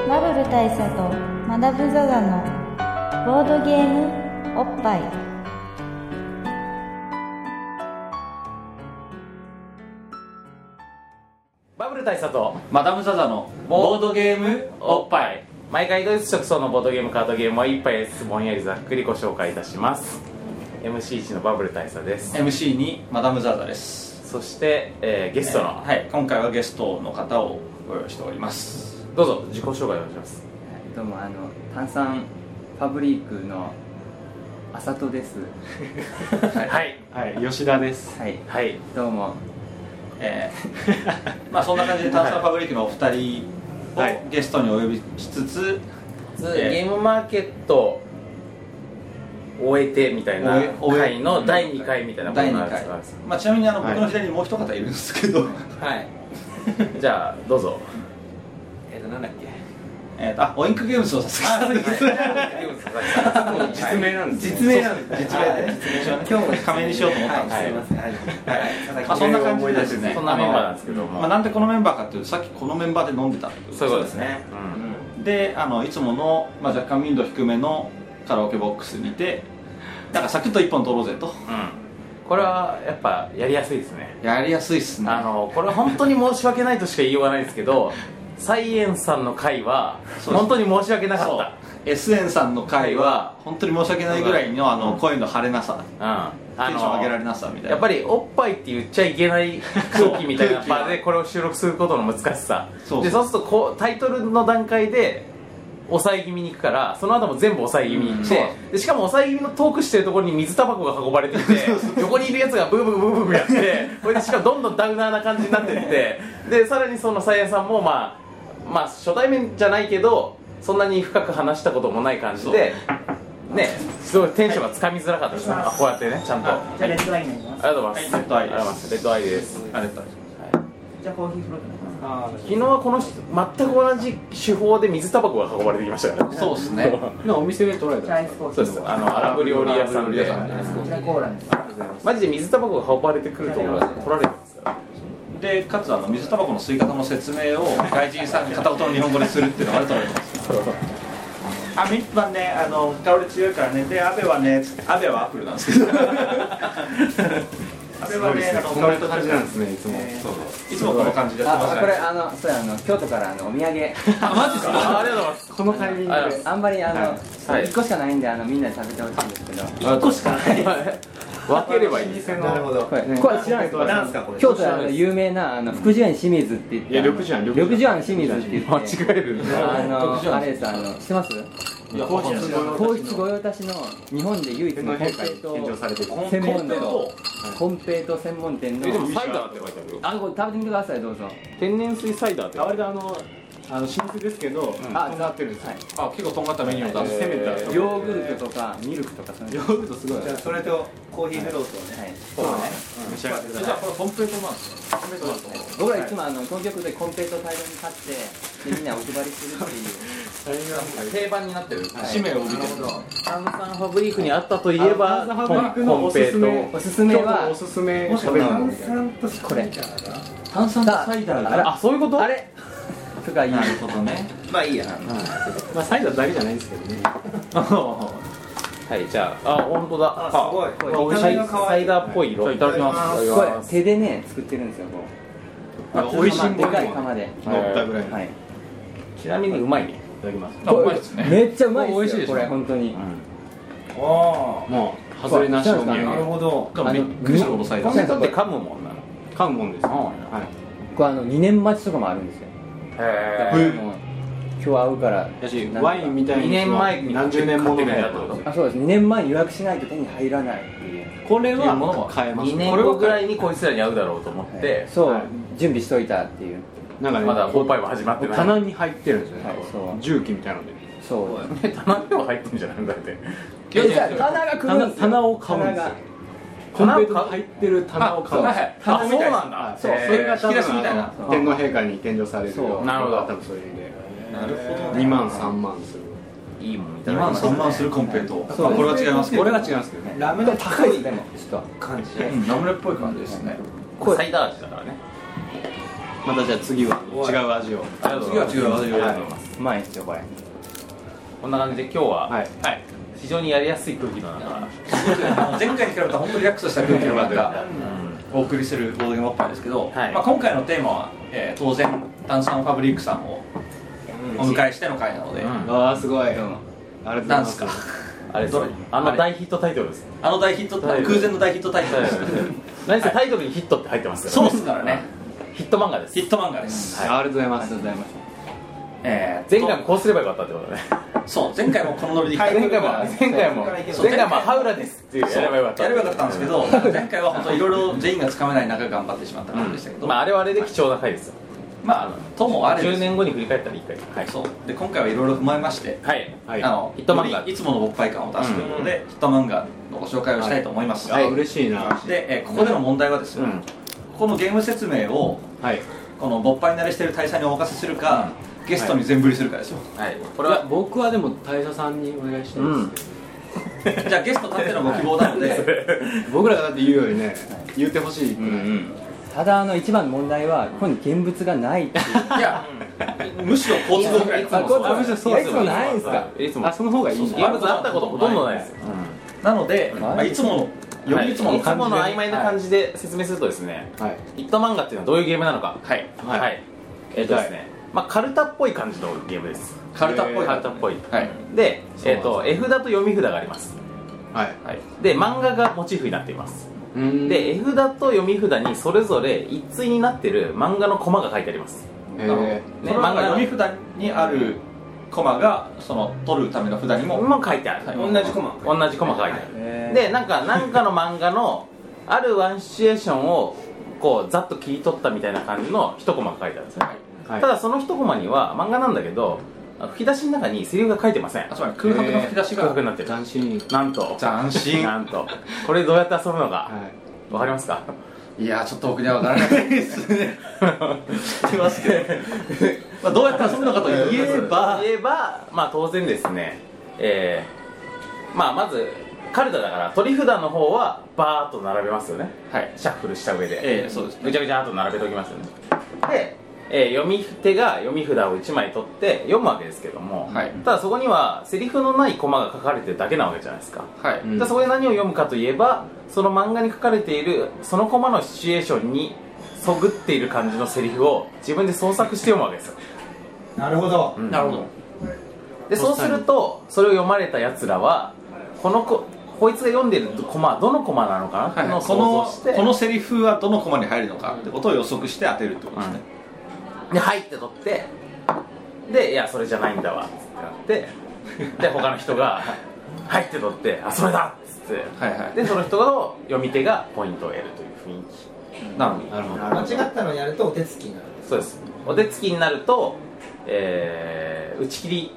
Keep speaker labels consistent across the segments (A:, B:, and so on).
A: 大佐とマダム・ザ・ザのボードゲームおっぱい
B: バブル大佐と
C: マダム・ザ・ザのボードゲームおっぱい
B: 毎回ドイツ直送のボードゲームカードゲームを一杯ずつぼんやりざっくりご紹介いたします MC1 のバブル大佐です
C: MC にマダム・ザ・ザです
B: そして、えーゲストの、
C: えーはい今回はゲストの方をご用意しております
B: どうぞ自己紹介お願いします
D: はいどうもあの炭酸ファブリークのあさとです。
B: はいはい、
E: 吉田です
D: はい、
B: はい、
D: どうも。
C: えー まあそんな感じで炭酸ファブリックのお二人
E: はい
C: をゲストにお呼びしつつ、
B: ゲームマーケット終えてみたいな
C: 終え終え
B: 回の第2回みたいなも
C: 第
B: の
C: 2
B: なんで
C: 回
B: すが、
C: まあ、ちなみにあの、
E: はい
C: 僕の左にもう一方いるんですけど
D: はい。
B: じゃあどうぞ
D: えっ、となんだっけ。
C: えーとあオインクゲームズを佐々 木さん
E: 実名なんですね
D: 実名なんです。
C: 実名で
D: はい
C: 実名書ね
D: 今日も
C: 仮名にしようと思ったんです
D: はい、すいません。はい。はい
C: まあ、そんな感じでですね
B: そんなメンバーなんですけど
C: あの
B: も、
C: まあ、なんでこのメンバーかっていうとさっきこのメンバーで飲んでたってこと
B: そういうことですね、
C: であのいつもの、まあ、若干民度低めのカラオケボックスにてなんかサクッと一本取ろうぜと
B: うん、うん、これはやっぱやりやすいですね
C: やりやすいっすね
B: あのこれは本当に申し訳ないとしか言いようがないですけどサイエンスさんの回は
C: そうです
B: 本当に申し訳なか
C: そう
B: っ
C: S N さんの回は本当に申し訳ないぐらいのあの声の晴れなさ
B: たうん
C: テンション上げられ
B: な
C: なさみたいな
B: やっぱりおっぱいって言っちゃいけない空気みたいな
C: そう空気
B: 場でこれを収録することの難しさ
C: そう
B: でそうするとこうタイトルの段階で抑え気味に行くからその後も全部抑え気味に行って、でしかも抑え気味のトークしてるところに水タバコが運ばれてき て横にいるやつがブーブーブーブーブーやってこれでしかもどんどんダウナーな感じになってってでさらにそのサイヤさんもまあまあ初対面じゃないけどそんなに深く話したこともない感じでねすごいテンションがつかみづらかったですね、あこうやってねちゃんと、
F: じゃあレッドワインになります。
B: ありがとうございます、
C: はいレッドアイ
B: あり
C: です
B: がとうございますレッドアイです
C: あれだっ
F: じゃあコーヒーフロートになります。
B: 昨日はこの人全く同じ手法で水タバコが運ばれてきましたから
C: たそうっすね
E: お店で取られ
F: じゃあアイスコーヒ
B: そ
F: ー
B: うですあの荒ぶり料理屋さんで
C: 荒ぶり料理屋さん
F: こちらコーラです。
B: マジで水タバコが運ばれてくるところが取られてますから
C: でかつあの水タバコの吸い方の説明を外人さんに片言の日本語でするっていうのがあると思いますあミッはねあの香り強いからねでアベはねアベはアップルなんですけど アベはねあの香りと感じなんですねいつも、そうそういつもこの感じで
D: あ、これあのそうやあの京都からあのお土産。
C: あマジっすか
B: あありがとうございます
E: このタイミング
B: ありがとうござい
D: あんまりあの一、
B: はい
D: 個しかないんであのみんなで食べてほしいんですけど。
C: 1個しかない
B: 分ければいいです
E: なるほど
D: これね、これ知らないですか。京都であの有名なあの福寿園清水って言って。
E: いや緑寿園
D: あの
E: 緑
D: 緑寿
E: 寿
D: 園清水って言って。
B: 間違えるね
D: あのあれですあの知ってます？皇室御用達の日本で唯一のコンペイト
E: 献上されてる
D: 専門店のコンペイト専門店の
B: えでもサイダーって書いてあるよ
D: あこれ食べてみてくださいどうぞ
B: 天然水サイダーって
E: あれであのあの新婦ですけど、
B: ん
E: あなってるんですよ、
D: はい
C: あ結構とんがったメニュー
E: あ
C: だ
E: の攻めたとこ
D: ヨーグルトとかミルクとかそういう
E: ヨ
D: の
E: ーグルトすごいな
D: それとコーヒーフロートねはい
E: 召し上がってくだ
C: じゃあこれコンプレートなんですかコンプレートなんですか
D: 僕らいつもあの東局でコンペイト大量に買ってでみんなお配りするっていう
B: 定番になってる
C: 使命を帯びてる
B: 炭酸ファブリックにあったといえば
E: あ炭酸ファブリックの
B: コンペイト
E: おすすめ
D: おすすめ
E: 今日のお
D: は
E: すすめ食べ物みたいな
D: これ
C: 炭酸
D: と
C: サイダー
D: あら
B: あそういうこと
D: あれとかいう
C: なるほどね
E: まあサイダーだけじゃないんですけどね
B: はいじゃああ本当だあすごいサイサイダーっぽい色いただきますいた
D: こ
B: だき
D: れ
B: ます
D: 手でね作ってるんですよこ
E: あ
D: う
E: 美味しいも
D: で
E: の
D: かい釜で
E: 乗ったぐらいの
D: はい
B: ちなみにうまいねいただきます
C: あうまいですね
D: めっちゃうまい
C: 美
D: で
C: 味し
D: す
C: いで
D: よ
C: しょ
D: これ本当に
E: もう外れなしのお土
D: なる
E: 産
C: でもびっくりするほどサイ
B: コ
C: ダ
B: ン
C: ー
B: ペイトって噛むもんなの
E: 買うもんですよはい
D: これあの2年待ちとかもあるんですよだから
B: へえ
D: もう今日会うから
E: だし
D: なんとか
E: ワインみたいな
B: 2年前に
E: 何十年ものみたいな
D: あそうです2年前に予約しないと手に入らないっていう
E: これ
C: っていうものも
E: は買えます
B: 2年後ぐら
E: い
B: いにこいつらに会うだろうと思って
D: そう、
E: はい
D: 準備しといたっていう
E: なんかね
B: まだホーパイも始まってない
E: 棚に入ってるんですよね、
D: はいそう
E: 重機みたいなので
D: そ う
B: 棚でも入ってんじゃないんだって
D: いやじゃあ棚が来るんですよ
E: 棚棚を買うんですよコンペイトが入ってる棚を買う
C: あはい
B: あそうなんだ
E: そう
B: へー
E: それが多
C: 引き出
E: 分
C: しみたいな
E: あの天皇陛下に献上される
D: そう
B: なるほど
E: 多分そういう意味で
C: なるほど
E: 2万3万する
B: いいもんいた
C: 2
B: だき
C: 万
B: ます
C: 3万するコンペイト
D: そう
C: あこれは違いますけど
E: これが違うんですけどね
D: ラムネ高いですでもちょっと
C: うんラムネっぽい感じですね
B: サイダー味だからねまたじゃあ次は違う味をありがとうございます
C: 次は違う
B: ありが
C: 味を
B: とうございます
E: うまいですよこれ
B: こんな感じで今日は
E: はい
B: 非常にやりやすい空気の中
C: 前回に比べたら本当にリラックスした空気の中お送りするボードゲームおっぱいですけど、
B: はい
C: まあ、今回のテーマは、えー当然炭酸ファブリックさんをお迎えしての回なので、
B: うん
E: ああすごい、うん、あれ
C: なんですか
B: あれですねあの大ヒットタイトルです
C: あの大ヒット
B: タイトル
C: 空前の大ヒットタイトルです
B: 何せタイトルにヒットって入ってます
C: そ
B: か
C: う
B: ら
C: っすからね
B: ヒット漫画です
C: ヒット漫画です、
B: はい
E: ありがとうございますありがとうござい
C: えー
B: 前回もこうすればよかったってことだね
C: そう前回もこのノリで行った
B: 前回も前回も
C: そう
B: 前回もハウラですっていうやればよかった
C: やればよかったんですけど前回は本当いろいろ全員がつかめない中頑張ってしまった感じでしたけど、
B: まああれはあれで貴重な回ですよ
C: まあともあれで
B: 10
C: す
B: 年後に振り返ったらいい回はい
C: そうで今回はいろいろ踏まえまして
B: はいはい
C: あの
B: ヒット漫画
C: よりいつもの勃発感を出すということで、ヒット漫画のご紹介をしたいと思います、
E: ます、あ嬉しいな
C: で、えーここでの問題はですよ、
B: うん
C: ここのゲーム説明を
E: はい
C: この勃発に慣れしてる大佐にお任せするか、ゲストに全振りするかですよ、
B: はいこ
G: こ
B: れ
G: れ
B: は
G: は僕はでも大佐さんにお願いしたいんです
C: じゃあゲストたってのご希望なの で、
E: 僕らがだって言うよりね言ってほしい、ただあの一番の問題はここに現物がないっていう
C: い、やむしろ交通道具
E: あ
C: い
E: い
C: つ
E: つ
C: もそうだよ
B: そうですよ
E: もないんすか
B: いつも
E: あその方がいい
B: ゲームズあったことほとんどないですよ
C: なので、まあ、いつものよ
B: はい
C: り
B: い
C: い
B: つ
C: つ
B: もの
C: もの
B: いつ
C: 感
B: も
C: じ
B: の
C: で、
B: 曖昧な感じで説明するとですね
E: はい
B: ヒット漫画っていうのはどういうゲームなのかはい
E: はい
B: はいえっとですねまあカルタっぽい感じのゲームです
C: カルタっぽい
B: カルタっぽい
C: はい
B: でえっと絵札と読み札があります
E: はい
B: はいで漫画がモチーフになっています
E: うん
B: で絵札と読み札にそれぞれ一対になってる漫画のコマが書いてあります
E: え
C: なるほど
E: ー
C: その漫画読み札にあるコマがその取るための札にも、
B: もう書いてある
C: はい同じコ
B: マ同じコマ書いてある
E: えー
B: でなんかなんかの漫画のあるワンシチュエーションをこうざっと切り取ったみたいな感じの一コマが書いてあるんですよ、
E: はい
B: ただその一コマには漫画なんだけど吹き出しの中にセリフが書いてません
C: あつまり空白の吹き出し
B: 空
C: が
B: 白になってる
E: 斬新
B: なんと
C: 斬新
B: なんとこれどうやって遊ぶのか
E: はい
B: わかりますか
C: いやーちょっと僕には分からないですね知ってますけど、 まあ、どうやって遊ぶのかといえ ば
B: 言えばまあ当然ですねえー、まあまずカルタだから取り札の方はバーッと並べますよね
C: はい
B: シャッフルした上で
C: ええそうですね
B: ぐちゃぐちゃっと並べておきますよねで、えー読み手が読み札を1枚取って読むわけですけども、
C: はい
B: ただそこにはセリフのないコマが書かれてるだけなわけじゃないですか、
C: はい、
E: うん
B: でそこで何を読むかといえばその漫画に書かれているそのコマのシチュエーションにそぐっている感じのセリフを自分で創作して読むわけですよ
F: なるほど
B: うん
C: なるほど
B: でそうするとそれを読まれたやつらはこのここいつが読んでるコマはどのコマなのかなっていうのを
C: こ
B: 想像
C: の
B: して、
C: このセリフはどのコマに入るのかってことを予測して当てるってことですね、
B: で入って取ってでいやそれじゃないんだわっつってなってで他の人が 入って取ってあそれだっつって、
C: はいはい
B: でその人の読み手がポイントを得るという雰囲
C: なのに
E: なるほど
F: 間違ったのやるとお手つきになる
B: 気そうですお手つきになると、えー打ち切り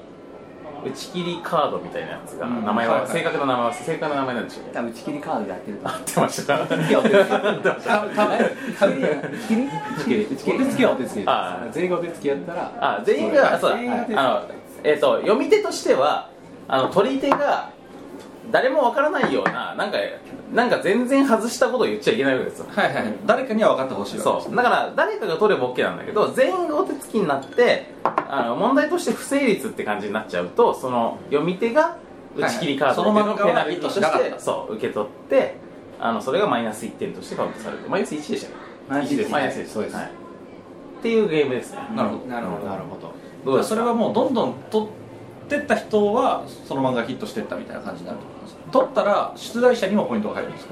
B: 打ち切りカードみたいなやつが、
C: うん
B: 名前は、
C: はいはい
B: 正確な名前は正確な名前なんでしょうね
E: 多分打ち切りカードでやってると思
B: 合ってました合ってました
C: 多分多分
E: う打ち切り打ち切り打ち切り
C: お手つきを
E: お手つきです
B: ああ
E: 全員がお手つきやったら
B: あ全員があそうだ、
E: 全員が手
B: あのえっ、と読み手としてはあの取り手が誰もわからないようななんかなんか全然外したことを言っちゃいけないわけですよ
C: はいはい誰かには分かってほしいわけです
B: そうだから誰かが取れば OK なんだけど全員がお手つきになってあの問題として不成立って感じになっちゃうとその読み手が打ち切りカード
C: はいはいその漫画は
B: ペナルティとし
C: ヒットしなかってた
B: そう受け取ってあのそれがマイナス1点としてカウントされるマイナス1でしたよね
E: マイナス1
B: マイナス1です
E: そうです
B: はいっていうゲームですね
C: なるほど
E: なるほどなるほど
B: どうです
C: そ
B: か
C: れはもうどんどん取ってった人はその漫画がヒットしてったみたいな感じになると思います取ったら出題者にもポイントが入るんですか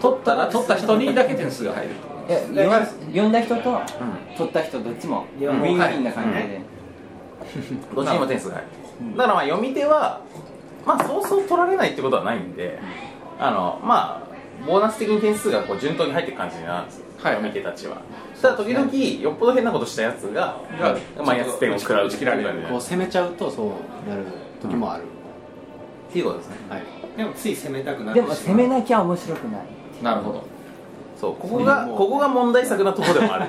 C: 取ったら取った人にだけ点数が入る
E: え呼んだ人と取った人どっちもウィンウィンな感じで
B: どっちにも点数が入るだからまあ読み手はまあそうそう取られないってことはないんであのまあボーナス的に点数がこう順当に入っていく感じになるんですよ、
C: はい
B: 読み手たちはただ時々よっぽど変なことしたやつが
C: うん
B: マイナス点を食らうっていう
C: 打ち切られる
B: っ
E: こう攻めちゃうとそうなる時もある
B: ていうことですね
E: はい
G: でもつい攻めたくな
E: でも攻めなきゃ面白くない
C: なるほど
B: そうここがここが問題作なところでもある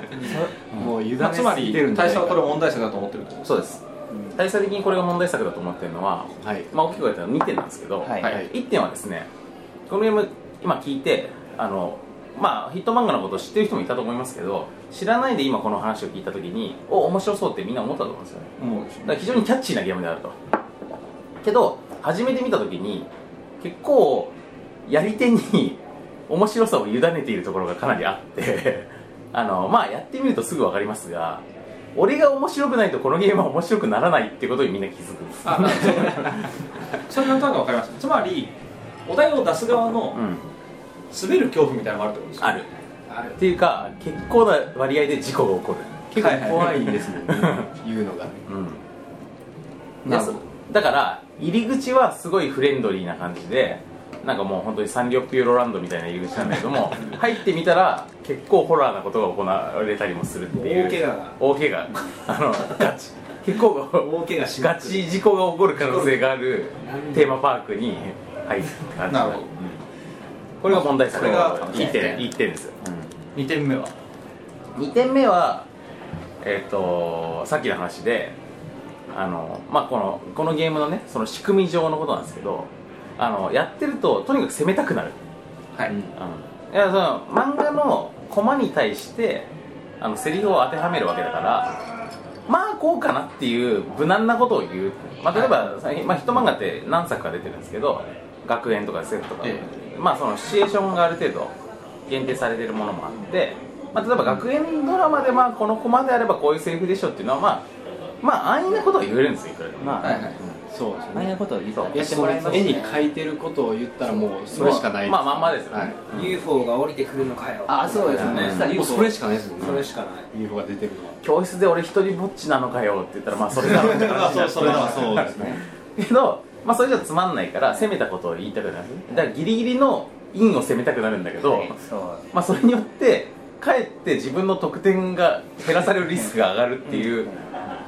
E: もう委ね
C: まあつますり
E: ぎてるんじゃ
C: 大
E: ない
C: 佐
E: か
C: はこれを問題作だと思ってるってこと
B: そうです対策的にこれが問題作だと思ってるのは
E: はい
B: まあ大きく言ったら2点なんですけど、
E: はい
C: は
E: はいい
B: 1点はですねこのゲーム今聞いてあのまあヒット漫画のことを知ってる人もいたと思いますけど知らないで今この話を聞いた時にお面白そうってみんな思ったと思うんですよね
C: もう
B: だから非常にキャッチーなゲームであるとけど初めて見た時に結構やり手に 面白さを委ねているところがかなりあって あのまあやってみるとすぐ分かりますが俺が面白くないとこのゲームは面白くならないってことにみんな気づくんです
C: あなるほどそれなんとなくわかりましたつまりお題を出す側の
B: うん
C: 滑る恐怖みたいなのもあるってことですか
B: あるっていうか結構な割合で事故が起こる
C: 結構
E: 怖いですもんね言うのが
B: うん
E: なるほど
B: でそだから入り口はすごいフレンドリーな感じでなんかもう本当にサンリオピューロランドみたいな入り口なんだけども入ってみたら結構ホラーなことが行われたりもするっていう
F: 大怪我が
B: 大怪我あのガチ結構
F: 大怪我しま
B: ガ
F: くる
B: チ事故が起こる可能性があるテーマパークに入る感じ
C: なるほど
B: うんこれが問題作
C: これが
B: 1点一点ですよ、
C: 2点目は
B: 2点目はえっ、とさっきの話であのまあこのこのゲームのねその仕組み上のことなんですけどあのやってるととにかく攻めたくなる、
C: はい、
B: うん、いやその漫画のコマに対してあのセリフを当てはめるわけだからまあこうかなっていう無難なことを言う、まあ、例えば、最近まあ、ヒット漫画って何作か出てるんですけど学園とか SF とか、
C: え
B: まあそのシチュエーションがある程度限定されてるものもあって、まあ、例えば学園ドラマでまあこのコマであればこういうセリフでしょっていうのはまあまあ安易なことは言えるんですよいくらでも
E: まあ、
C: はいはい
E: そうですよね
B: ことを言う
E: やってもらいます絵に描いてることを言ったらもうそれしかない
B: まあまあまんまですよね
E: はい、
F: UFO が降りてくるのかよ
E: あそうですね、
B: うん
E: そしたらもうそれしかないですもんね
F: それしかない
E: UFO が出てるのは
B: 教室で俺一人ぼっちなのかよって言ったらまあそれだろうって話になっちゃう
E: そうですね
B: けど、まあ、それじゃつまんないから攻めたことを言いたくなるだからギリギリのインを攻めたくなるんだけど、まあ、それによってかえって自分の得点が減らされるリスクが上がるっていうっ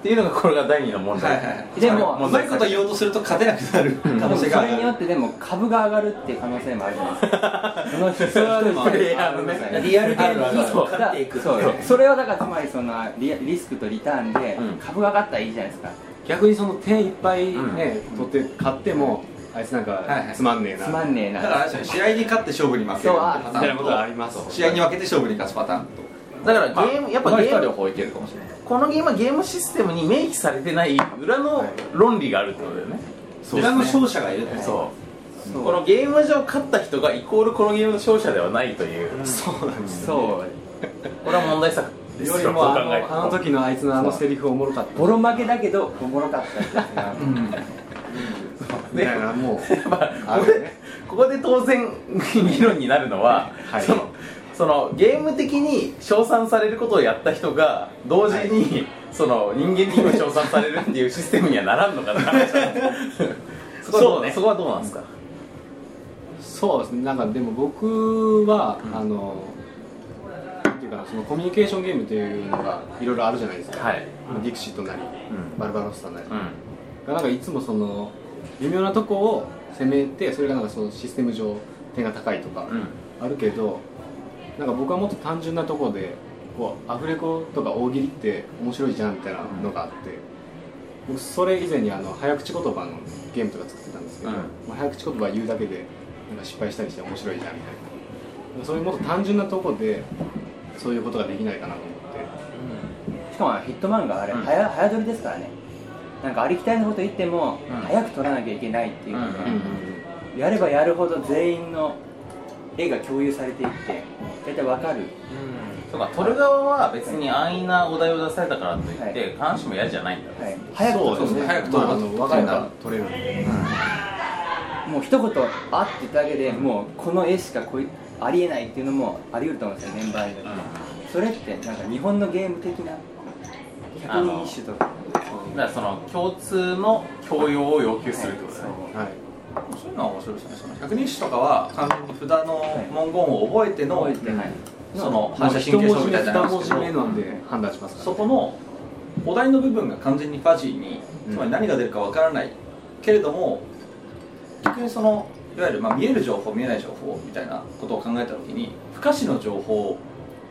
B: ていうのがこれが第二の問題、
C: はいはいはい
D: でも
B: 問
C: うま
B: 題
C: いこと言おうとすると勝てなくなる可
D: 多分
C: 能
D: そ
C: 性があ
D: れによ
C: る
D: ってでも株が上がるっていう可能性もあるじゃないですか その人
B: プレイヤーのね
D: リアル
F: ゲームに
D: そう
F: 勝っていく
D: そうよそれはだからつまりそのリリスクとリターンで
B: うん
D: 株が上がったらいいじゃないですか
E: 逆にその手いっぱいね、取って買ってもあいつなん
C: はい
E: か
C: はい
E: つまんねえな
D: つまんねえ
C: だからあ
D: な
C: れですよね試合に勝って勝負に負ける
D: そう
C: パ
D: あ
E: み
C: タ
E: たいなことがあ
C: ーン
E: ります
C: と試合に負けて勝負に勝つパターンと
B: だからゲーム、やっぱゲーム
C: 方いけるかもしれない
B: このゲームはゲームシステムに明記されてない裏の論理があるってことだよね、
C: 裏の勝者がいるって
B: そうこのゲーム上勝った人がイコールこのゲームの勝者ではないという、
E: そうなんです
D: そう
B: これは問題作です
E: よ
B: よ
E: り
B: こう
E: も
B: 考
E: あ
B: えると
E: のあの時のあいつのあのセリフおもろかった
D: ボロ負けだけどおもろかったですね
E: みたいなもう
B: ここでここで当然議論になるのは、
E: はい
B: そのそのゲーム的に称賛されることをやった人が同時に、その人間にも称賛されるっていうシステムにはならんの かなそこはどうそこはどうなんですか、
E: そうですねなんかでも僕は、あのなんていうかなそのコミュニケーションゲームというのがいろいろあるじゃないですか、
B: はい
E: ディクシットなり、
B: ん
E: バルバロスタな
B: う
E: り、
B: ん
E: がなんかいつもその微妙なとこを攻めてそれがなんかそのシステム上点が高いとか
B: うん
E: あるけど、なんか僕はもっと単純なとこでこうアフレコとか大喜利って面白いじゃんみたいなのがあって、僕それ以前にあの早口言葉のゲームとか作ってたんですけど、
B: うん
E: まあ早口言葉言うだけでなんか失敗したりして面白いじゃんみたいなそういうもっと単純なとこでそういうことができないかなと思って
D: しかもヒット漫画あれ
B: うん
D: 早早撮りですからねなんかありきたりなこと言っても
B: うん
D: 早く撮らなきゃいけないっていうので
B: うんうん
D: やればやるほど全員の絵が共有されていって大体わかる
B: そうか取る側は別に安易なお題を出されたからといって、
D: はい
B: 必ずしも嫌じゃないんだ、
D: はい
E: 早く
C: そうですね早く撮れば
E: あ、あの分かれば取れるんで
D: もう一言「あ」って言っただけでもうこの絵しかこいありえないっていうのもあり得ると思うんですよメンバーによって、それってなんか日本のゲーム的な
B: あ
D: 百
B: の
D: 人一首とか
B: だからその共通の教養を要求するってことだね、
E: はい
C: そういうのは面白いですねその百人一首とかは完全に札の文言を覚えての、
D: 覚えてはい
C: その反射神経症みたいなのなんですけ
E: 一文字目二文字目
C: ど
E: なんで判断しますから
C: そこのお題の部分が完全にファジーに
E: うん
C: つまり何が出るかわからないけれども逆にそのいわゆるまあ見える情報見えない情報みたいなことを考えた時に不可視の情報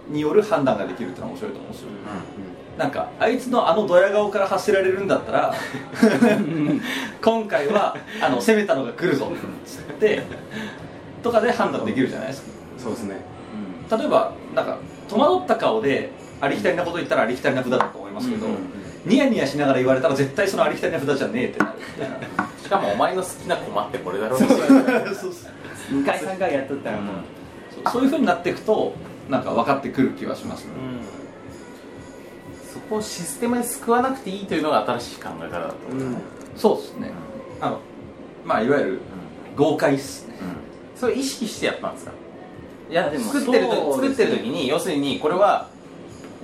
C: による判断ができるってのは面白いと思うんですよ、なんかあいつのあのドヤ顔から発せられるんだったら今回はあの攻めたのが来るぞっつってとかで判断できるじゃないですか
E: そうですね
C: 例えばなんか戸惑った顔でありきたりなこと言ったらありきたりな札だと思いますけど、
B: うんうんうん
C: ニヤニヤしながら言われたら絶対そのありきたりな札じゃねえってなるみたいな
B: しかもお前の好きな駒ってこれだろう
C: そうそう
D: 2回3回やっとったらもう、
C: そういうふうになっていくとなんか分かってくる気はしますね、
B: そこをシステムで救わなくていいというのが新しい考え方だと思う、うん
C: そうですねあのまあいわゆる豪快っすね
B: それ意識してやったんですかいや
D: でも
B: 作ってる
D: そ
B: 時
D: うで
B: 作っ
D: すね
B: てる時に要するにこれは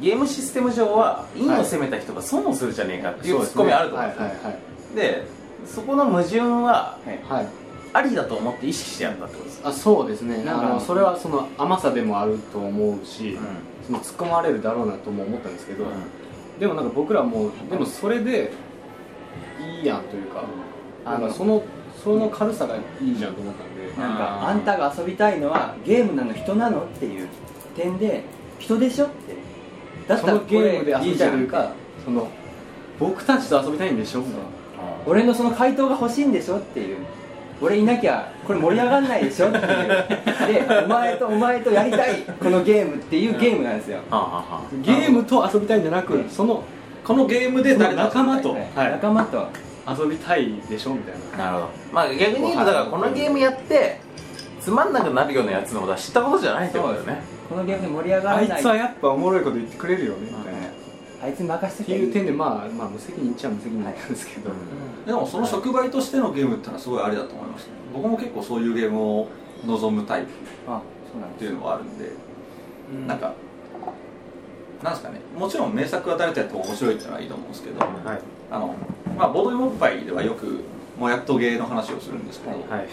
B: ゲームシステム上は陰を攻めた人が損をするじゃねえかっていうツッコミあると思うん
E: は
B: で
E: い
B: す
E: はい
B: よ
E: はい
B: でそこの矛盾は
E: はい
B: ありだと思って意識してやったってことです
E: あそうですね
D: なんか
E: あのそれはその甘さでもあると思うし、
B: う
E: その突っ込まれるだろうなとも思ったんですけど、
B: ん
E: でもなんか僕らもでもそれでいいやんというか、なんかそのその軽さがいいじゃんと思ったんで、
D: なん
B: うん
D: かあんたが遊びたいのはゲームなの人なのっていう点で人でしょってだっ
E: そ
D: たら
E: の
D: こ
E: ゲームで
D: れい
E: 遊び
D: いじ
E: たい
D: ゃ
E: とい
D: ん
E: うかその僕たちと遊びたいんでしょみたいな
D: 俺のその回答が欲しいんでしょっていう俺いなきゃこれ盛り上がんないでしょっていうでお前とお前とやりたいこのゲームっていうゲームなんですよ
B: はあはあはあ
E: ゲームと遊びたいんじゃなくその
C: このゲームで
E: その
C: 誰だ
E: 仲間と、
D: はい
E: はい
D: 仲間と
E: 遊びたいでしょみたいな
B: なるほどまあ逆に言うとだからこのゲームやってつまんなくなるようなやつのことは知ったことじゃないってことだよね
D: このゲームで盛り上が
E: あ
D: ら
E: い
D: ない
E: つはやっぱおもろいこと言ってくれるよねみたいな、っ
D: あいつに任せ
E: て
D: て
E: いう点でまあまあ無責任っちゃ無責任なんですけど、
C: でもその触媒としてのゲームってのはすごいありだと思いますね僕も結構そういうゲームを望むタイプ
D: あそうなん
C: っ
D: で
C: ていうのはあるんで、なんかなんですかねもちろん名作は誰とやっても面白いっていうのはいいと思うんですけど、
E: はい
C: あのまあボードゲームおっぱいではよくもやっとゲーの話をするんですけど、
E: はい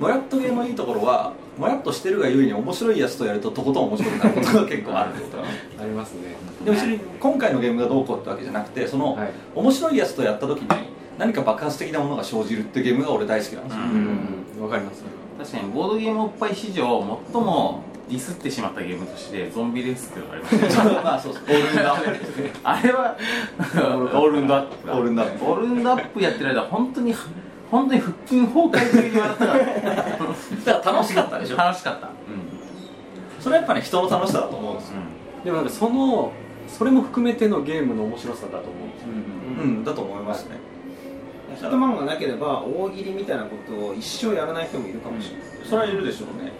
C: もやっとゲーのいいところはもやっとしてるがゆえに面白いやつとやるととことん面白くなることが結構あるってことなんです
E: ありますね
C: で別に今回のゲームがどうこうってわけじゃなくてその、
E: はい
C: 面白いやつとやった時に何か爆発的なものが生じるってゲームが俺大好きなんですよ、
E: うんわかります
B: 確かにボードゲームおっぱい史上最もディスってしまったゲームとしてゾンビレースっていうのがありましたね
C: まあそうそうオールダー
B: あれはオールンドアップ
C: オールンドアップ
B: オールンドアップやってる間本当に本当に腹筋崩壊という言われたから
C: だから楽しかったでしょ
B: 楽しかった
C: それはやっぱね人の楽しさだと思うんですよ、
E: でもなんかそのそれも含めてのゲームの面白さだと思うんですよ
C: うんだと思いますね、
F: ヒットマンがなければ大喜利みたいなことを一生やらない人もいるかもしれない、
C: それはいるでしょうね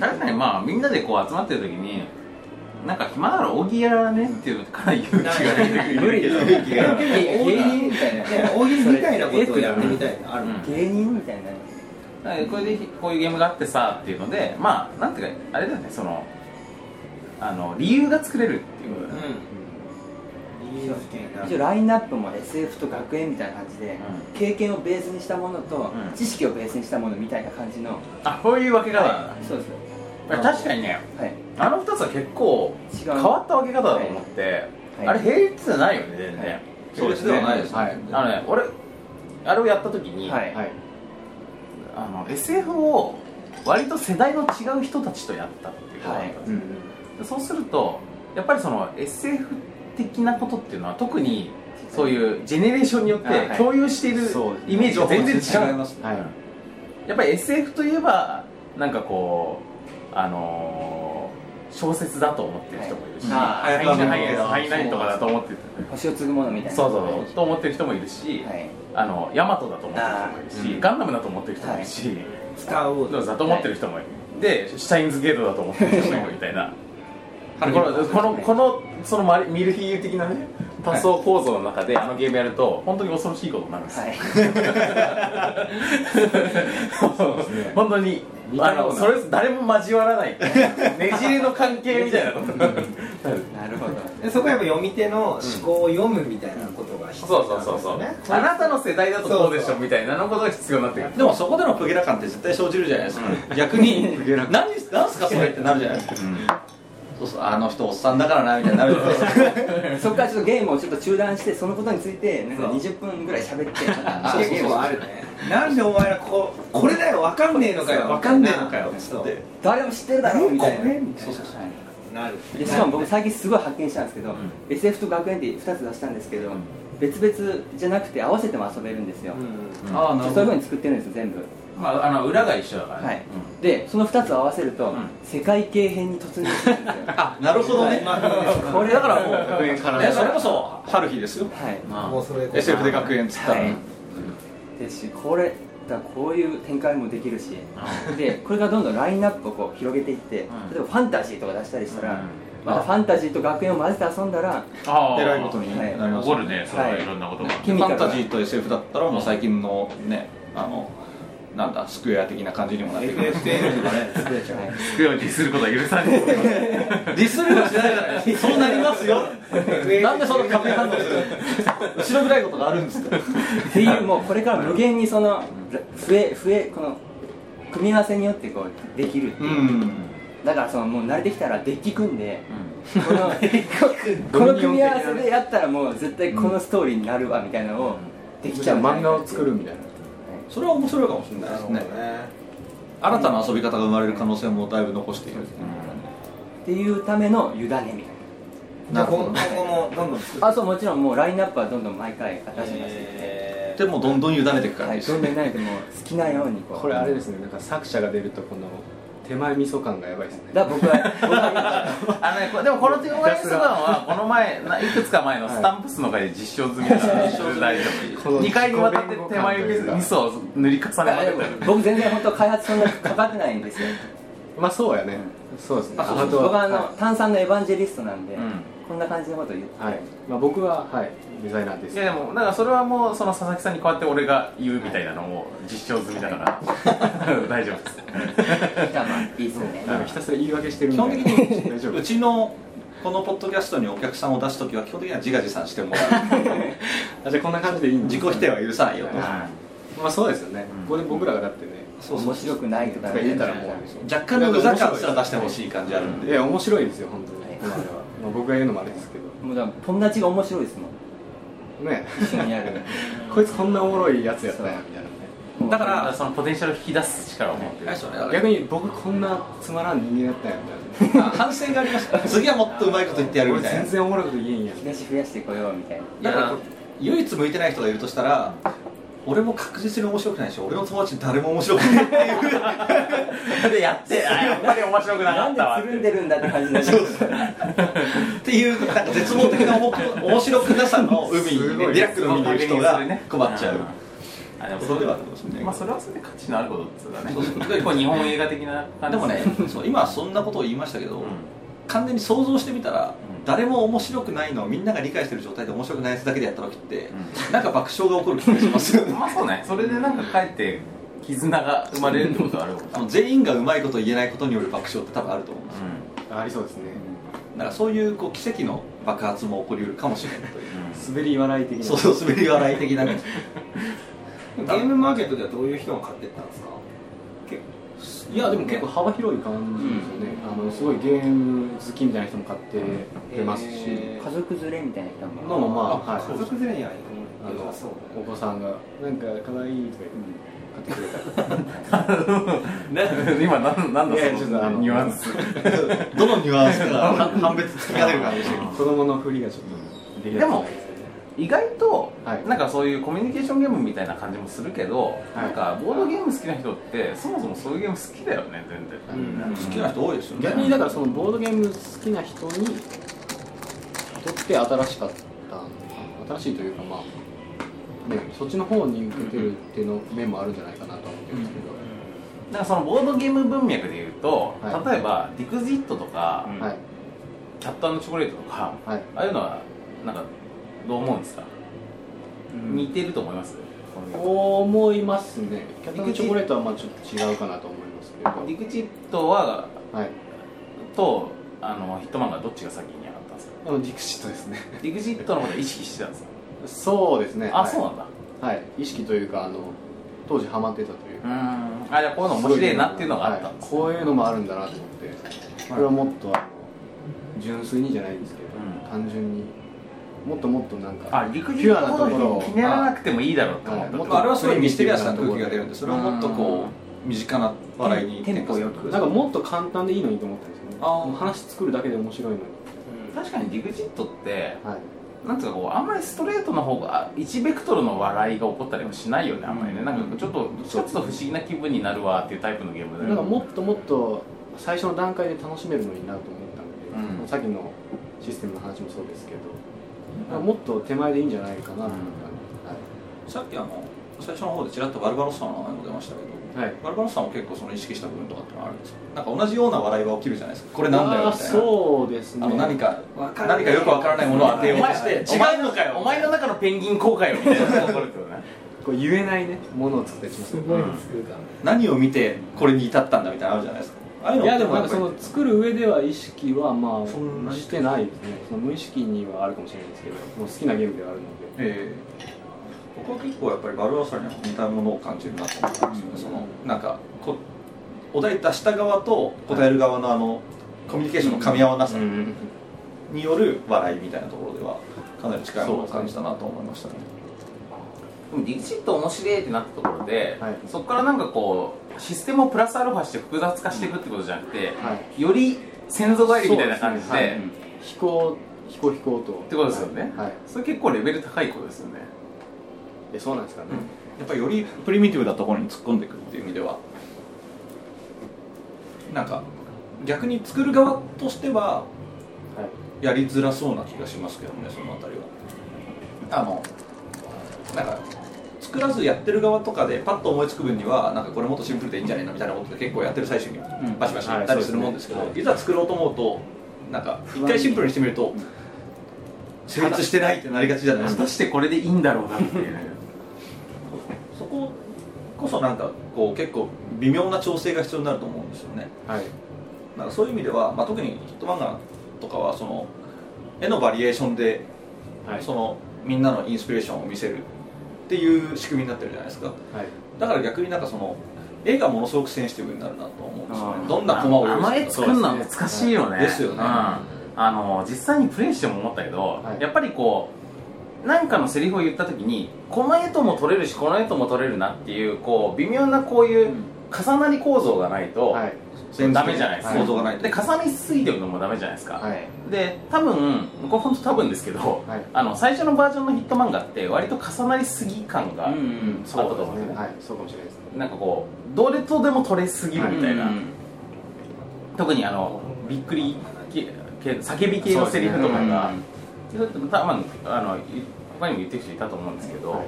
B: 確かにまあみんなでこう集まってる時になんか暇なら大喜利やらねっていうのから勇気が出てくる
D: 無理ですよ
C: 気が
D: 芸人みたいな
F: ね大喜利みたいなことをやってみたいなある、
B: うん
D: 芸人みたいになる
B: だからこれでこういうゲームがあってさっていうのでまあなんていうかあれだよねそのあの理由が作れるっていうことだね、
F: うんいいの好きにな
D: 一応ラインナップも SF と学園みたいな感じで、経験をベースにしたものと、
B: うん
D: 知識をベースにしたものみたいな感じの、
B: あこういう分け方、
D: そうです
B: 確かにね
D: はい
B: あの2つは結構
D: 違う
B: 変わった分け方だと思って、
D: はい
B: あれ平日じゃないよね全然、
D: はい
C: そうですねではないですね、
E: はい
B: あのね俺あれをやった時に、
D: はい、
E: はい
B: あの SF を割と世代の違う人たちとやったっていうことだったんですよ、
E: うん
B: そうするとやっぱりその SF 的なことっていうのは特にそういうジェネレーションによっ
D: あ
B: て
D: はい
B: 共有している
E: そうですね
B: イメージが全然違う、
C: いますね
E: はい
B: やっぱり SF といえばなんかこうあのー小説だと思ってる人もいるし、
D: は
B: ハイ
C: あ
B: ナ
C: ー
B: ハイナハイナインとかだと思ってる
D: 星を継ぐものみたいな
B: そうそうそうと思ってる人もいるし、
D: はい
B: あのヤマトだと思ってる人もいるし、ガンダムだと思ってる人もいるし、
F: 使おう
B: ど
F: と
B: うぞだと思ってる人もいる、でシュタインズゲートだと思ってる人もいるみたいなこのこのこのそのマリミルフィーユ的なね多層構造の中であのゲームやると本当に恐ろしいことになるんですよ、
D: はい
B: 本当にあのそれ誰も交わらないねじれの関係みたいなことになる
D: なるほど
F: でそこはやっぱ読み手の思考を読むみたいなことが必
B: そ
F: 要
B: うそうそうそう、
F: なんですよ
B: あ
F: ね
B: なたの世代だとこうでし
F: そう
B: ょ
F: そう
B: みたいなのことが必要になってくる
C: でもそこでのプゲラ感って絶対生じるじゃないですか、逆に何何すかそれってなるじゃないですか、そうそうあの人おっさんだからなみたいになるじゃないですか
D: そこからちょっとゲームをちょっと中断してそのことについてなんか20分ぐらい喋 って
F: あ結構あるねなんでお前らここれだよ分かんねえのかよ
C: 分かんねえのかよっつ
F: そ
C: っ
F: う
C: て
D: 誰でも知ってるだろうみたいな
C: そうそうそう
F: なる
D: でしかも僕最近すごい発見したんですけど、SF と学園って2つ出したんですけど、別々じゃなくて合わせても遊べるんですよ、
F: うん
C: ああ
D: そういうふうに作ってるんですよ全部
B: まああの裏が一緒だからね、
D: はいでその2つを合わせると、
B: ん
D: 世界系編に突入するん ですよ
C: あなるほどね、
D: これだからもう
E: 学園から
C: いやそれこそ春日ですよ
D: はい
F: もうそれこそ
C: SF で学園っつったら、
D: はいですしこれだからこういう展開もできるしでこれがどんどんラインナップをこう広げていって、
B: ん
D: 例えばファンタジーとか出したりしたら、
B: うん
D: またファンタジーと学園を混ぜて遊んだら、
B: ああ
C: えらいことになります、
B: 怒るねそれは
D: はい
B: いろんなことが、
D: ケミ
C: フ
D: カル
C: ァン
D: な
C: タジーと SF だったらもう最近のねあのなんだスクエア的な感じにもなってくる
F: FFL とかね
D: はい
B: 聞くようにすることは許されない
C: ディスるはしないじゃないですかそうなりますよなんでその壁反応するの後ろ暗いことがあるんですか
D: っていうもうこれから無限にその増え増えこの組み合わせによってこうできるっていう、
C: ん
D: だからそのもう慣れてきたらデッキ組んで、こ のこの組み合わせでやったらもう絶対このストーリーになるわみたいなのをできち
E: じ
D: ゃ
E: ゃ
D: う
E: あ
D: んじゃない
E: 漫
D: か
E: 画
D: っていう
E: を作るみたいな
C: それは面白いかもしれないですね新たな遊び方が生まれる可能性もだいぶ残している、
D: っていうための委ねみたいな
F: じゃあ今今後もどんどん作って
D: あともちろんもうラインナップはどんどん毎回新しいのが出てきて、
F: え
C: でもどんどん委ねていく感じ
D: はい、
C: です、
D: どんどん慣れてもう好きなようにこう
E: これあれですねなんか作者が出るとこの手前味噌感がやばいですね
D: だ僕は僕は
B: あのねこでもこの手応え手段はこの前ないくつか前のスタンプスの回で実証済みだから実証大丈
E: こ
B: 夫
E: の
B: 2回にわたって手前味噌を塗り重ねま
D: いや
B: くって
D: でも僕全然本当開発そんなかかってないんですよ
E: まあそうやねそうですね
D: 僕
E: あとは
D: はあの、
E: は
D: 炭酸のエヴァンジェリストなんで、
B: うん
D: こんな感じのことを言って、
E: い、はいまあ、僕ははいデザイナーです
B: いやでもだからそれはもうその佐々木さんに代わって俺が言うみたいなのも実証済みだから大丈夫です
D: じゃあまあいいですよね
E: なんかひたすら言い訳してる
C: 基
E: みた
C: 本
E: い
C: 的
E: な
C: に
E: 大丈夫
C: うちのこのポッドキャストにお客さんを出すときは基本的には自画自賛してもら
E: あじゃあこんな感じでいいん
C: う
E: だ
C: 自己否定は許さないよと
E: まあそうですよね、
B: うん
E: ここで僕らがだってね
C: そうそう
D: 面白くないと
E: と
D: か
E: か
D: ね
E: 言えたらもう
C: 若干のうざ感すら出してほしい感じあるんで
E: いや面白いですよ本当に、
D: はい
E: このあれは、まあ、僕が言うのもあれですけど
D: もうだから友達が面白いですもん
E: ね
D: 一緒にや る
E: こいつこんなおもろいやつやったんやみたいなね
B: だからそのポテンシャルを引き出す力を持ってる
C: 何それあれ
E: 逆に僕こんなつまらん人間だったんやみたいな
C: まあ反省があります次はもっとうまいこと言ってやるみ
E: 俺
C: たいな
E: 全然おもろいこと言えんやん
D: 引き出し増やしてこようみたいな
B: や
C: だからこれ唯一向いてない人がいるとしたら俺も確実に面白くないし俺の友達誰も面白くないっていう
B: でやってあやっぱり面白くなかったわ
D: な
B: っ
D: ん
B: て
D: でつるんでるんだって感じになります
C: っていうなんか絶望的な方向面白くなさの海に
E: す
C: ね
E: ごい
C: リラックスの海にいる人が
B: すごいね
C: 困っちゃう
B: あでも
C: こ
B: そ
C: とで
B: れ
C: はあ
B: は
C: るかもしれないけど
B: まあそれはそれで価値のあることっつうかね
C: そうそう
B: 結構日本映画的な感
C: で
B: じ
C: もね
B: す
C: そう今はそんなことを言いましたけど、
B: うん
C: 完全に想像してみた
B: う
C: ら、
B: ん
C: 誰も面白くないのをみんなが理解してる状態で面白くないやつだけでやった時って、なんか爆笑が起こる気がしま すよね
B: まあそうねそれでなんかかえって絆が生まれるってことはあ るかも
C: あの全員がうまいこと言えないことによる爆笑って多分あると思うんですよ、
E: ありそうですね
C: なんかそういうこう奇跡の爆発も起こりうるかもしれないという
E: 滑り笑い的な
C: そうそう滑り笑い的 なね
F: ーゲームマーケットではどういう人が買ってったんですか結
E: いやでも結構幅広い感じですよね、あのすごいゲーム好きみたいな人も買って出ますし、
F: え
D: 家族連れみたいな人
E: まあま
D: も
E: あま
F: 構
E: あはい
F: 家族連れにはい
E: あ
F: い
E: の
F: かそう
E: お子さんがなんか可愛いとか言って買ってくれたら、
B: うん今なんなんだ
E: いやいや
B: そ
E: ちょっとあ
B: の
E: の
B: ニュアンス
C: どのニュアンスから判別つけられるかもしれない
E: 子供の振りがちょっとできなくなりますね
B: 意外と、
E: はい
B: なんかそういうコミュニケーションゲームみたいな感じもするけど、
E: い
B: なんかボードゲーム好きな人ってそもそもそういうゲーム好きだよね全然、
C: 好きな人多いですよね
E: 逆にだからそのボードゲーム好きな人にとって新しかったのかな新しいというかまあねそっちの方に受けてるっていうの面もあるんじゃないかなと思ってるんですけど、
B: なんかそのボードゲーム文脈で言うと、
E: はい
B: 例えば「ディクジット」とか、
D: うん
E: はい
B: キャットチョコレート」とか
E: はい
B: ああいうのはなんかどう思うんですか、似てると思いますこのゲーム
E: 思いますねキャットチョコレートはまあちょっと違うかなと思いますけ
B: デ
E: ど
B: ィクジットは
E: はい
B: とあのヒットマンがどっちが先に上がったんですか
E: でもディクシットですね
B: ディクジットのこと意識してたんですか
E: そうですね
B: あ
E: はい
B: そうなんだ
E: はい意識というかあの当時ハマってたという
B: う
E: か
B: んあじゃあこういうの面白いなっていうのがあったんですね
E: はいこういうのもあるんだなと思ってこれはもっとあの純粋にじゃないんですけど、
B: うん
E: 単純にもっともっとなんか
B: あ、陸上のことをひねらなくてもいいだろうと思った
E: は
B: と
E: い
C: まああれはすごいミステリアスな空気が出るんでそれをもっとこう身近な笑いに
D: テンポよく
E: なんかもっと簡単でいいのにと思ったんですよね
C: あー
E: もう話作るだけで面白いのに
B: 確かに陸ジットって
E: はい
B: なんつうかこうあんまりストレートの方が1ベクトルの笑いが起こったりもしないよねあんまりね、なんかちょっとちょっと不思議な気分になるわっていうタイプのゲームだ
E: なん
B: よ
E: か
B: ね
E: もっともっと最初の段階で楽しめるのになと思ったので、
B: うん
E: さっきのシステムの話もそうですけど、なんかもっと手前でいいんじゃないかなと思ったんで、
C: さっきあの最初の方でちらっとバルバロスさんの名前も出ましたけど、
E: はい
C: バルバロスさんも結構その意識した部分とかってのはあるんですかなんか同じような笑いが起きるじゃないですかこれなんだよみ
E: あー
C: たいな
E: そうですね
C: あの何か
F: わかる
C: 何かよくわからないものを当てようとして
B: お
C: 違
B: 前
C: うのかよ
B: お前の中のペンギン後悔をみたいなのが起こるってことね
E: こう言えないねものを作ってしまった
C: 何を見てこれに至ったんだみたいなのあるじゃないですかああいうの
E: いや
C: っ
E: で
C: て
E: もなん
C: や
E: か
C: っぱ
E: そ
C: り
E: の作る上では意識はま
C: そんな
E: あ
C: に
E: してないですねその無意識にはあるかもしれないですけどもう好きなゲームではあるので
C: ええ僕は結構やっぱりバルバロスさんには似たものを感じるなと思ったんですよね、そのなんかこお題出した側と答える側のあのコミュニケーションの噛み合わなさによる笑いみたいなところではかなり近いものを感じたなと思いましたね
B: でもリチッと面白いってなったところで、
E: はい
B: そこからなんかこうシステムをプラスアルファして複雑化していくってことじゃなくて、
E: は
B: より先祖返りみたいな感じで
E: そうですねはいうん飛行飛行飛行とって
B: ことですよね
E: はい
B: それ結構レベル高いことですよね
E: えそうなんですかね
C: やっぱりよりプリミティブなところに突っ込んでいくっていう意味ではなんか逆に作る側としては
E: はい
C: やりづらそうな気がしますけどねそのあたりはあのなんか作らずやってる側とかでパッと思いつく分にはなんかこれもっとシンプルでいいんじゃないのみたいなことで結構やってる最中にバシバシ言ったりするもんですけど、
E: はい
C: いざ作ろうと思うとなんか一回シンプルにしてみると成立してないってなりがちじゃないです
B: 果
C: か
B: たしてこれでいいんだろうなっていうね
C: そここそなんかこう結構微妙な調整が必要になると思うんですよね
E: はい
C: なんかそういう意味では、まあ、特にヒット漫画とかはその絵のバリエーションで、
E: はい
C: そのみんなのインスピレーションを見せるっていう仕組みになってるじゃないですか
E: はい
C: だから逆になんかその絵がものすごくセンシティブになるなと思うんですよ
B: あ
C: ね
B: ー
C: どんなコマを
B: あ
C: 用
B: ま
C: 意
B: り
C: す
B: 作
C: る
B: る
C: か
B: のは難しいよね
C: ですよね
B: うん、あの実際にプレイしても思ったけど、
E: はい
B: やっぱりこうなんかのセリフを言った時にこの絵とも取れるしこの絵とも取れるなっていうこう微妙なこういう重なり構造がないと、
E: はい
B: ダメじゃないですか
C: 構造がないと
B: で重ねしすぎてるのもダメじゃないですか、
E: はい
B: で多分これ本当多分ですけど、
E: はい
B: あの最初のバージョンのヒット漫画って割と重なりすぎ感があ
D: う
B: っ
D: んう
B: た
D: ん
B: と思うんですよね、
E: はいそうかもしれないですね
B: なんかこうどれとでも取れすぎるみたいな、
D: うんうん
B: 特にあのびっくり系系叫び系のセリフとかがそれってたまああのい他にも言ってる人いたと思うんですけど、
E: は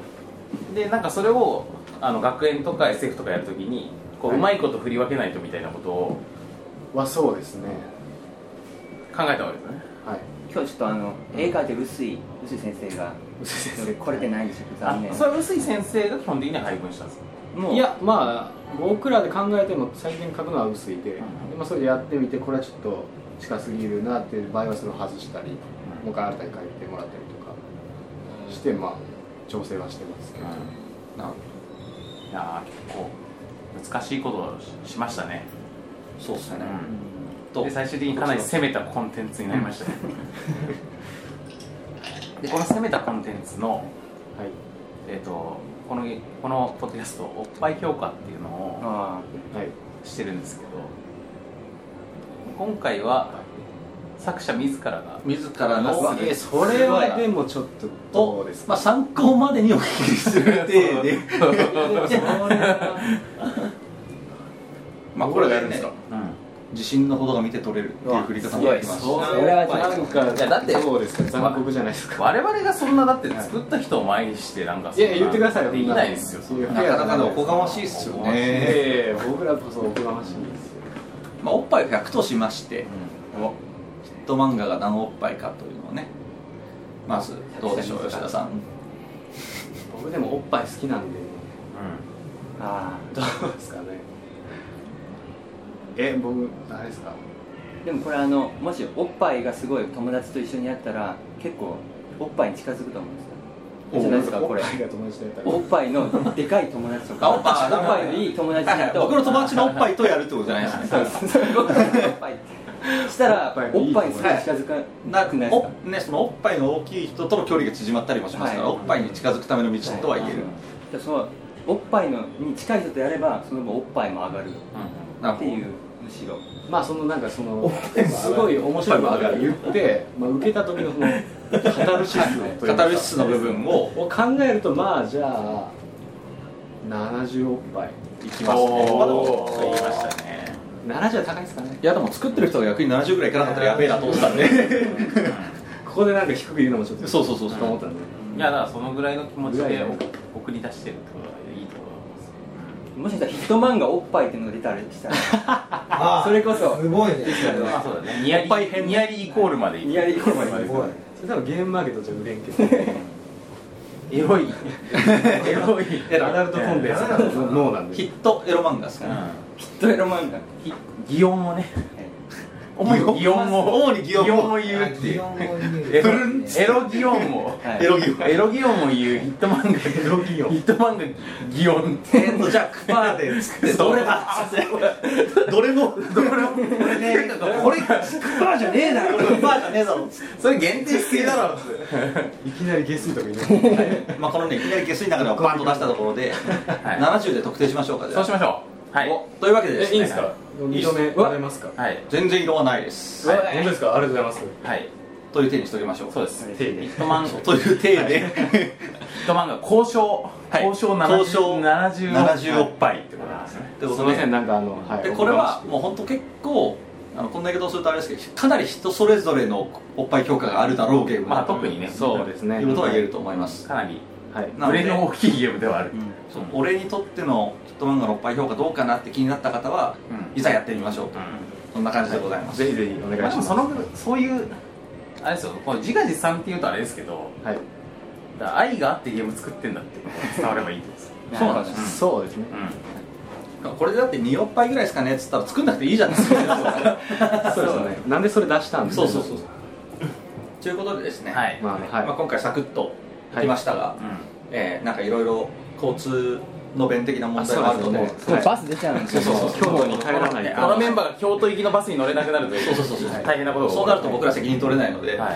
B: でなんかそれをあの学園とか SF とかやるときにこう,、
E: はいう
B: まいこと振り分けないとみたいなことを
E: は そうですね
B: 考えたわけですね
E: はい
D: 今日ちょっとあの絵描いてる薄い薄い先生がこれてないんですよ残念
B: あそれは臼井先生が基本的には配分したんですか
D: もう
E: いやまあ僕らで考えても最近書くのは薄いで,で、まあ、それでやってみてこれはちょっと近すぎるなっていう場合はそれを外したりもう一回新たに書いてもらったりとかしてまあ調整はしてますけど、
C: なん
B: いやー結構難しいことをししましたね、
C: そうですね、
B: とで最終的にかなり攻めたコンテンツになりましたね でこの攻めたコンテンツの、
E: はい
B: えー、とこのこのポッドキャスト「おっぱい評価」っていうのを
D: あ
E: はい
B: してるんですけど今回は作者自らが
C: 自らの
B: うわ
E: えそれはでもちょっとどうです
C: ま
E: か
C: あ、参考までにお聞きする 程度でまあこれがやるんですか自信のほどが見て取れるっていう振り方もできますし
E: そ
D: れ
E: れは
D: はちょっ
E: なんか
B: いやだって
E: そうですか残酷じゃないですか
B: 我々がそんなだって作った人を前にしてなんか
E: いやいや言ってくださいよ
B: できないですよそんな
C: なかなかのおこがましいっすよね
E: ええ僕らこそおこがましいですよ
C: まあ、おっぱいを100としまして、ヒット漫画が何おっぱいかというのをねまずどうでしょう吉田さん
E: 僕でもおっぱい好きなんで
D: ああ
E: どうですかねえ僕あれですか
D: あでもこれあのもしおっぱいがすごい友達と一緒にやったら結構おっぱいに近づくと思うんですよ
E: お
D: じゃないですか
E: お
D: こ
E: っ
D: れ
E: ぱいが友達とやったら
D: おっぱいのでかい友達とか
C: あおっぱい
D: おっぱいのいい友達と
C: 僕の友達のおっぱいとやるってことじゃないです
D: そ
C: ね
D: うですすごいおっぱいしたらおっぱいにすごい近づか なくないですか
C: おね、そのおっぱいの大きい人との距離が縮まったりもしますから、
D: は
C: お
D: い
C: っぱいに近づくための道とは言える、
D: だからそのおっぱいのに近い人とやればその分おっぱいも上がる
C: なる
D: って
C: ほど
D: いうむしろ
E: まあそのなんかそのすごい面白いことを言って、まあ、受けた時のその カタルシスという
C: カ
E: か
C: タルシスの部分を
E: を考えるとまあじゃあ70おっぱい
C: いきますね
B: おー
C: まあでもそう言いましたね
E: 70は高いですかね
C: いやでも作ってる人が逆に70ぐらいいかなかったらやべえなと思ってたんで
E: ここでなんか低く言うのもちょっと
C: そうそうそうそう
E: と思ったんで
B: いやだからそのぐらいの気持ち
E: ぐらい
B: で
E: の
B: 送り出してるってことはいいと思います
D: もしかしたらヒット漫画おっぱいっていうのが出たりしたら
F: あ
D: それこそ
F: すごいね
B: あそうだねニヤ
C: いっぱい
B: リ
C: 変
B: ニヤリイコールまでい
D: ニ
B: く
D: ヤリイコールまで行
F: す
D: く
F: ごい
E: それ多分ゲームマーケットじゃ売れんけど
B: エロい エロい
C: エロ
E: アダルトコンテンツ の脳なん
C: ヒ
E: で
C: ットエロ漫画ですかね
D: ヒットエロ漫画
B: 擬音をね主に擬音を主に擬音を言うっていうエロエロ擬音を
D: はい
C: エロギフ
B: エロ擬音を言うヒット漫画エロ擬音ヒット漫画擬音
C: えーっとじゃあクパーで作ってどれだどれもどれもこれねこれクパーじゃねえだろクパーじゃねえだろ
B: それ限定しすぎだろ
E: いきなり下水とか言う
C: まあこのねいきなり下水の中でバンと出したところで
B: い
C: 70で特定しましょうかじゃ
B: そう
C: あ
B: しましょうはい
C: おというわけでですね
E: の認められますか
B: はい
C: 全然色はないです
E: 本当ですかありがとうございま
B: はい
C: という手にしておきましょう
B: そうですヒ
E: 丁寧
B: ット漫画
C: という手で
B: ヒット漫画交渉
C: はい
B: 交渉
C: 交渉
B: 70 70
C: 70
B: おっぱいってことなんですね
C: というこ
E: すすい
C: と
E: ませ
C: で
E: んなんかあのはい
C: でこれはもう本当結構あのこんな言い方をするとあれですけどかなり人それぞれのおっぱい評価があるだろうゲーム
B: まあ
C: だと
B: 特にね
E: そうですね
C: いうことが言えると思います
B: かなり
E: はい
C: なの
B: ブ
C: で
B: レの大きいゲームではある
C: そう俺にとってのヒット漫画のおっぱい評価どうかなって気になった方は
B: うん
C: いざやってみましょうとそんな感じでございます
E: ぜひぜひお願いし
B: まあで
E: ま
B: すもそのそういうあれですよこの自画自賛っていうとあれですけど
E: はい
B: だから愛があってゲーム作ってんだってことが伝わればいいってことです
C: そうなんです
E: そうですね
C: これでだって2おっぱいぐらいですかねっつったら作んなくていいじゃないですか
E: そうですねなんでそれ出したんです
C: そうそうそうということでですね、
B: はい
E: まあね
C: まあ、
E: は
C: 今回サクッといきましたが、えーなんかいろいろ交通の便的な問題もあると思う
E: あそうですねはい
D: バス出ちゃうんですよ
E: い京都に帰らない
B: このメンバーが京都行きのバスに乗れなくなるという
C: そうそうそうそう
B: 大変なことが起
C: そ
B: こ
C: うなると僕ら責任取れないので、
B: はい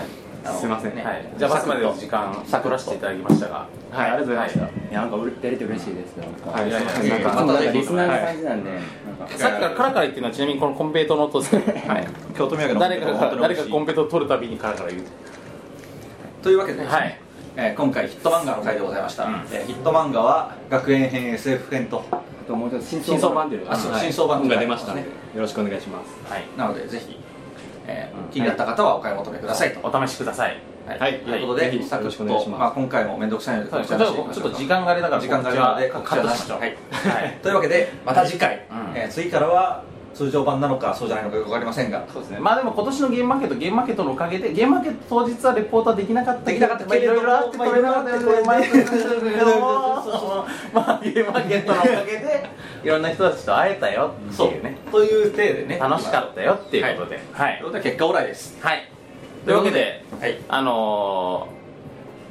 C: あの
E: すいません
C: ね
B: はいじゃあバスまでの時間
C: サク
B: 取
C: ッと
B: らせていただきましたが
E: はいありがとうございました
D: いやなんか俺出れて嬉しいですなんか
E: はいい
D: や
B: いや
E: す
B: い
E: い
B: や
E: ま
D: い
E: せん
D: つも
E: なんか
D: なんかリスナーの感じなんでなんか
B: さっきからカラカラ言ってるのはちなみにこのコンペイトーの音ですね
E: はい
C: 京都土産の
B: 誰かが誰かコン
C: ン
B: ペイトー取るたびにカラカラ言う
C: というわけでですね、
B: はい
C: えー今回ヒット漫画の回でございました、
B: うん
C: えーヒット漫画は学園編 SF 編と
D: あともうちょっと真
E: 新
D: 相
E: 装
D: 版
E: 版という
C: あそう
E: はい
C: 新装版という
E: が出ましたので
C: は
E: よろしくお願いします
B: はい
C: なのでぜひ、えー気になった方はお買い求めくださいと、
B: お試しください
C: はい
E: はい
C: ということで、
E: はいぜひ
C: サク
E: よろしくお願い
C: ッ
E: し
C: と、
E: ます
C: まあ、今回も面倒くさいので
B: そう
C: 告
B: です
C: 知は
B: ね
C: 出
B: ちょ
C: し
B: って
C: いき
B: とちょ
C: ましょ
B: っ
C: うか
B: と時間があれだから
C: 時間があるので
B: 告
C: 告
B: 知は
C: 知は
B: 出
C: 出
B: し
C: し
B: ちゃお
C: ま
B: う
C: はい
B: はい
C: というわけでまた次回、
B: うん
C: えー次からは通常版なのかそうじゃないのかよくわかりませんが
B: そうですね、まあでも今年のゲームマーケット、ゲームマーケットのおかげで、ゲームマーケット当日はレポートはできなかった
C: できなかった
B: まあいろいろあって、
C: まあ
B: 取れなかったけど、まあ、まあゲームマーケットのおかげで、いろんな人たちと会えたよっていうね、
C: という体でね
B: 楽しかったよっていうことで、は
C: た
B: い
C: という。ことで結果オーライです
B: はい、というわけで、
C: はい
B: あの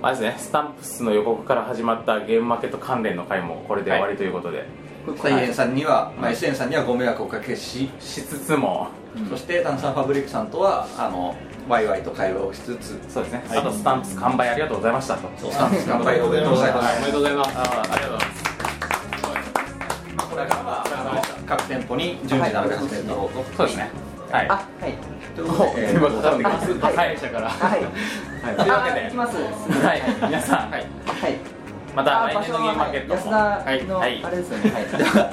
B: ー、あれですね、スタンプスの予告から始まったゲームマーケット関連の回もこれで終わりということで、
C: 大円さんには、まあ、SN さんにはご迷惑をおかけし、
B: しつつも、
C: そして炭酸ファブリックさんとはあのワイワイと会話をしつつ
B: そうですね、あとスタンプス完売ありがとうございましたと。
C: そうスタンプス乾杯おめでとうございます
E: おめでとうございます
B: あありがとうございます
C: まあこれからはあの各店舗に順次並べ始めるだろうと、
B: そうですね。はい。
D: あはい
C: ということで、えー
B: 頼んできます。
D: はい
B: はい。から。
D: はい
E: はい
B: というわけ
D: あ
B: で
D: 行きます
B: はい。皆さん、
C: はい
D: はい
B: また来年のゲームマーケット
D: 安
B: も。
D: 田
B: は
D: のあ
B: い。
D: れですよねはい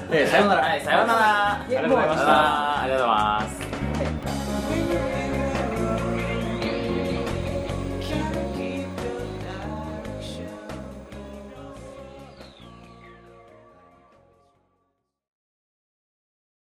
C: えーさようなら
B: はい。さようなら。あり
D: いや
B: がとうございました。ありがとうございます。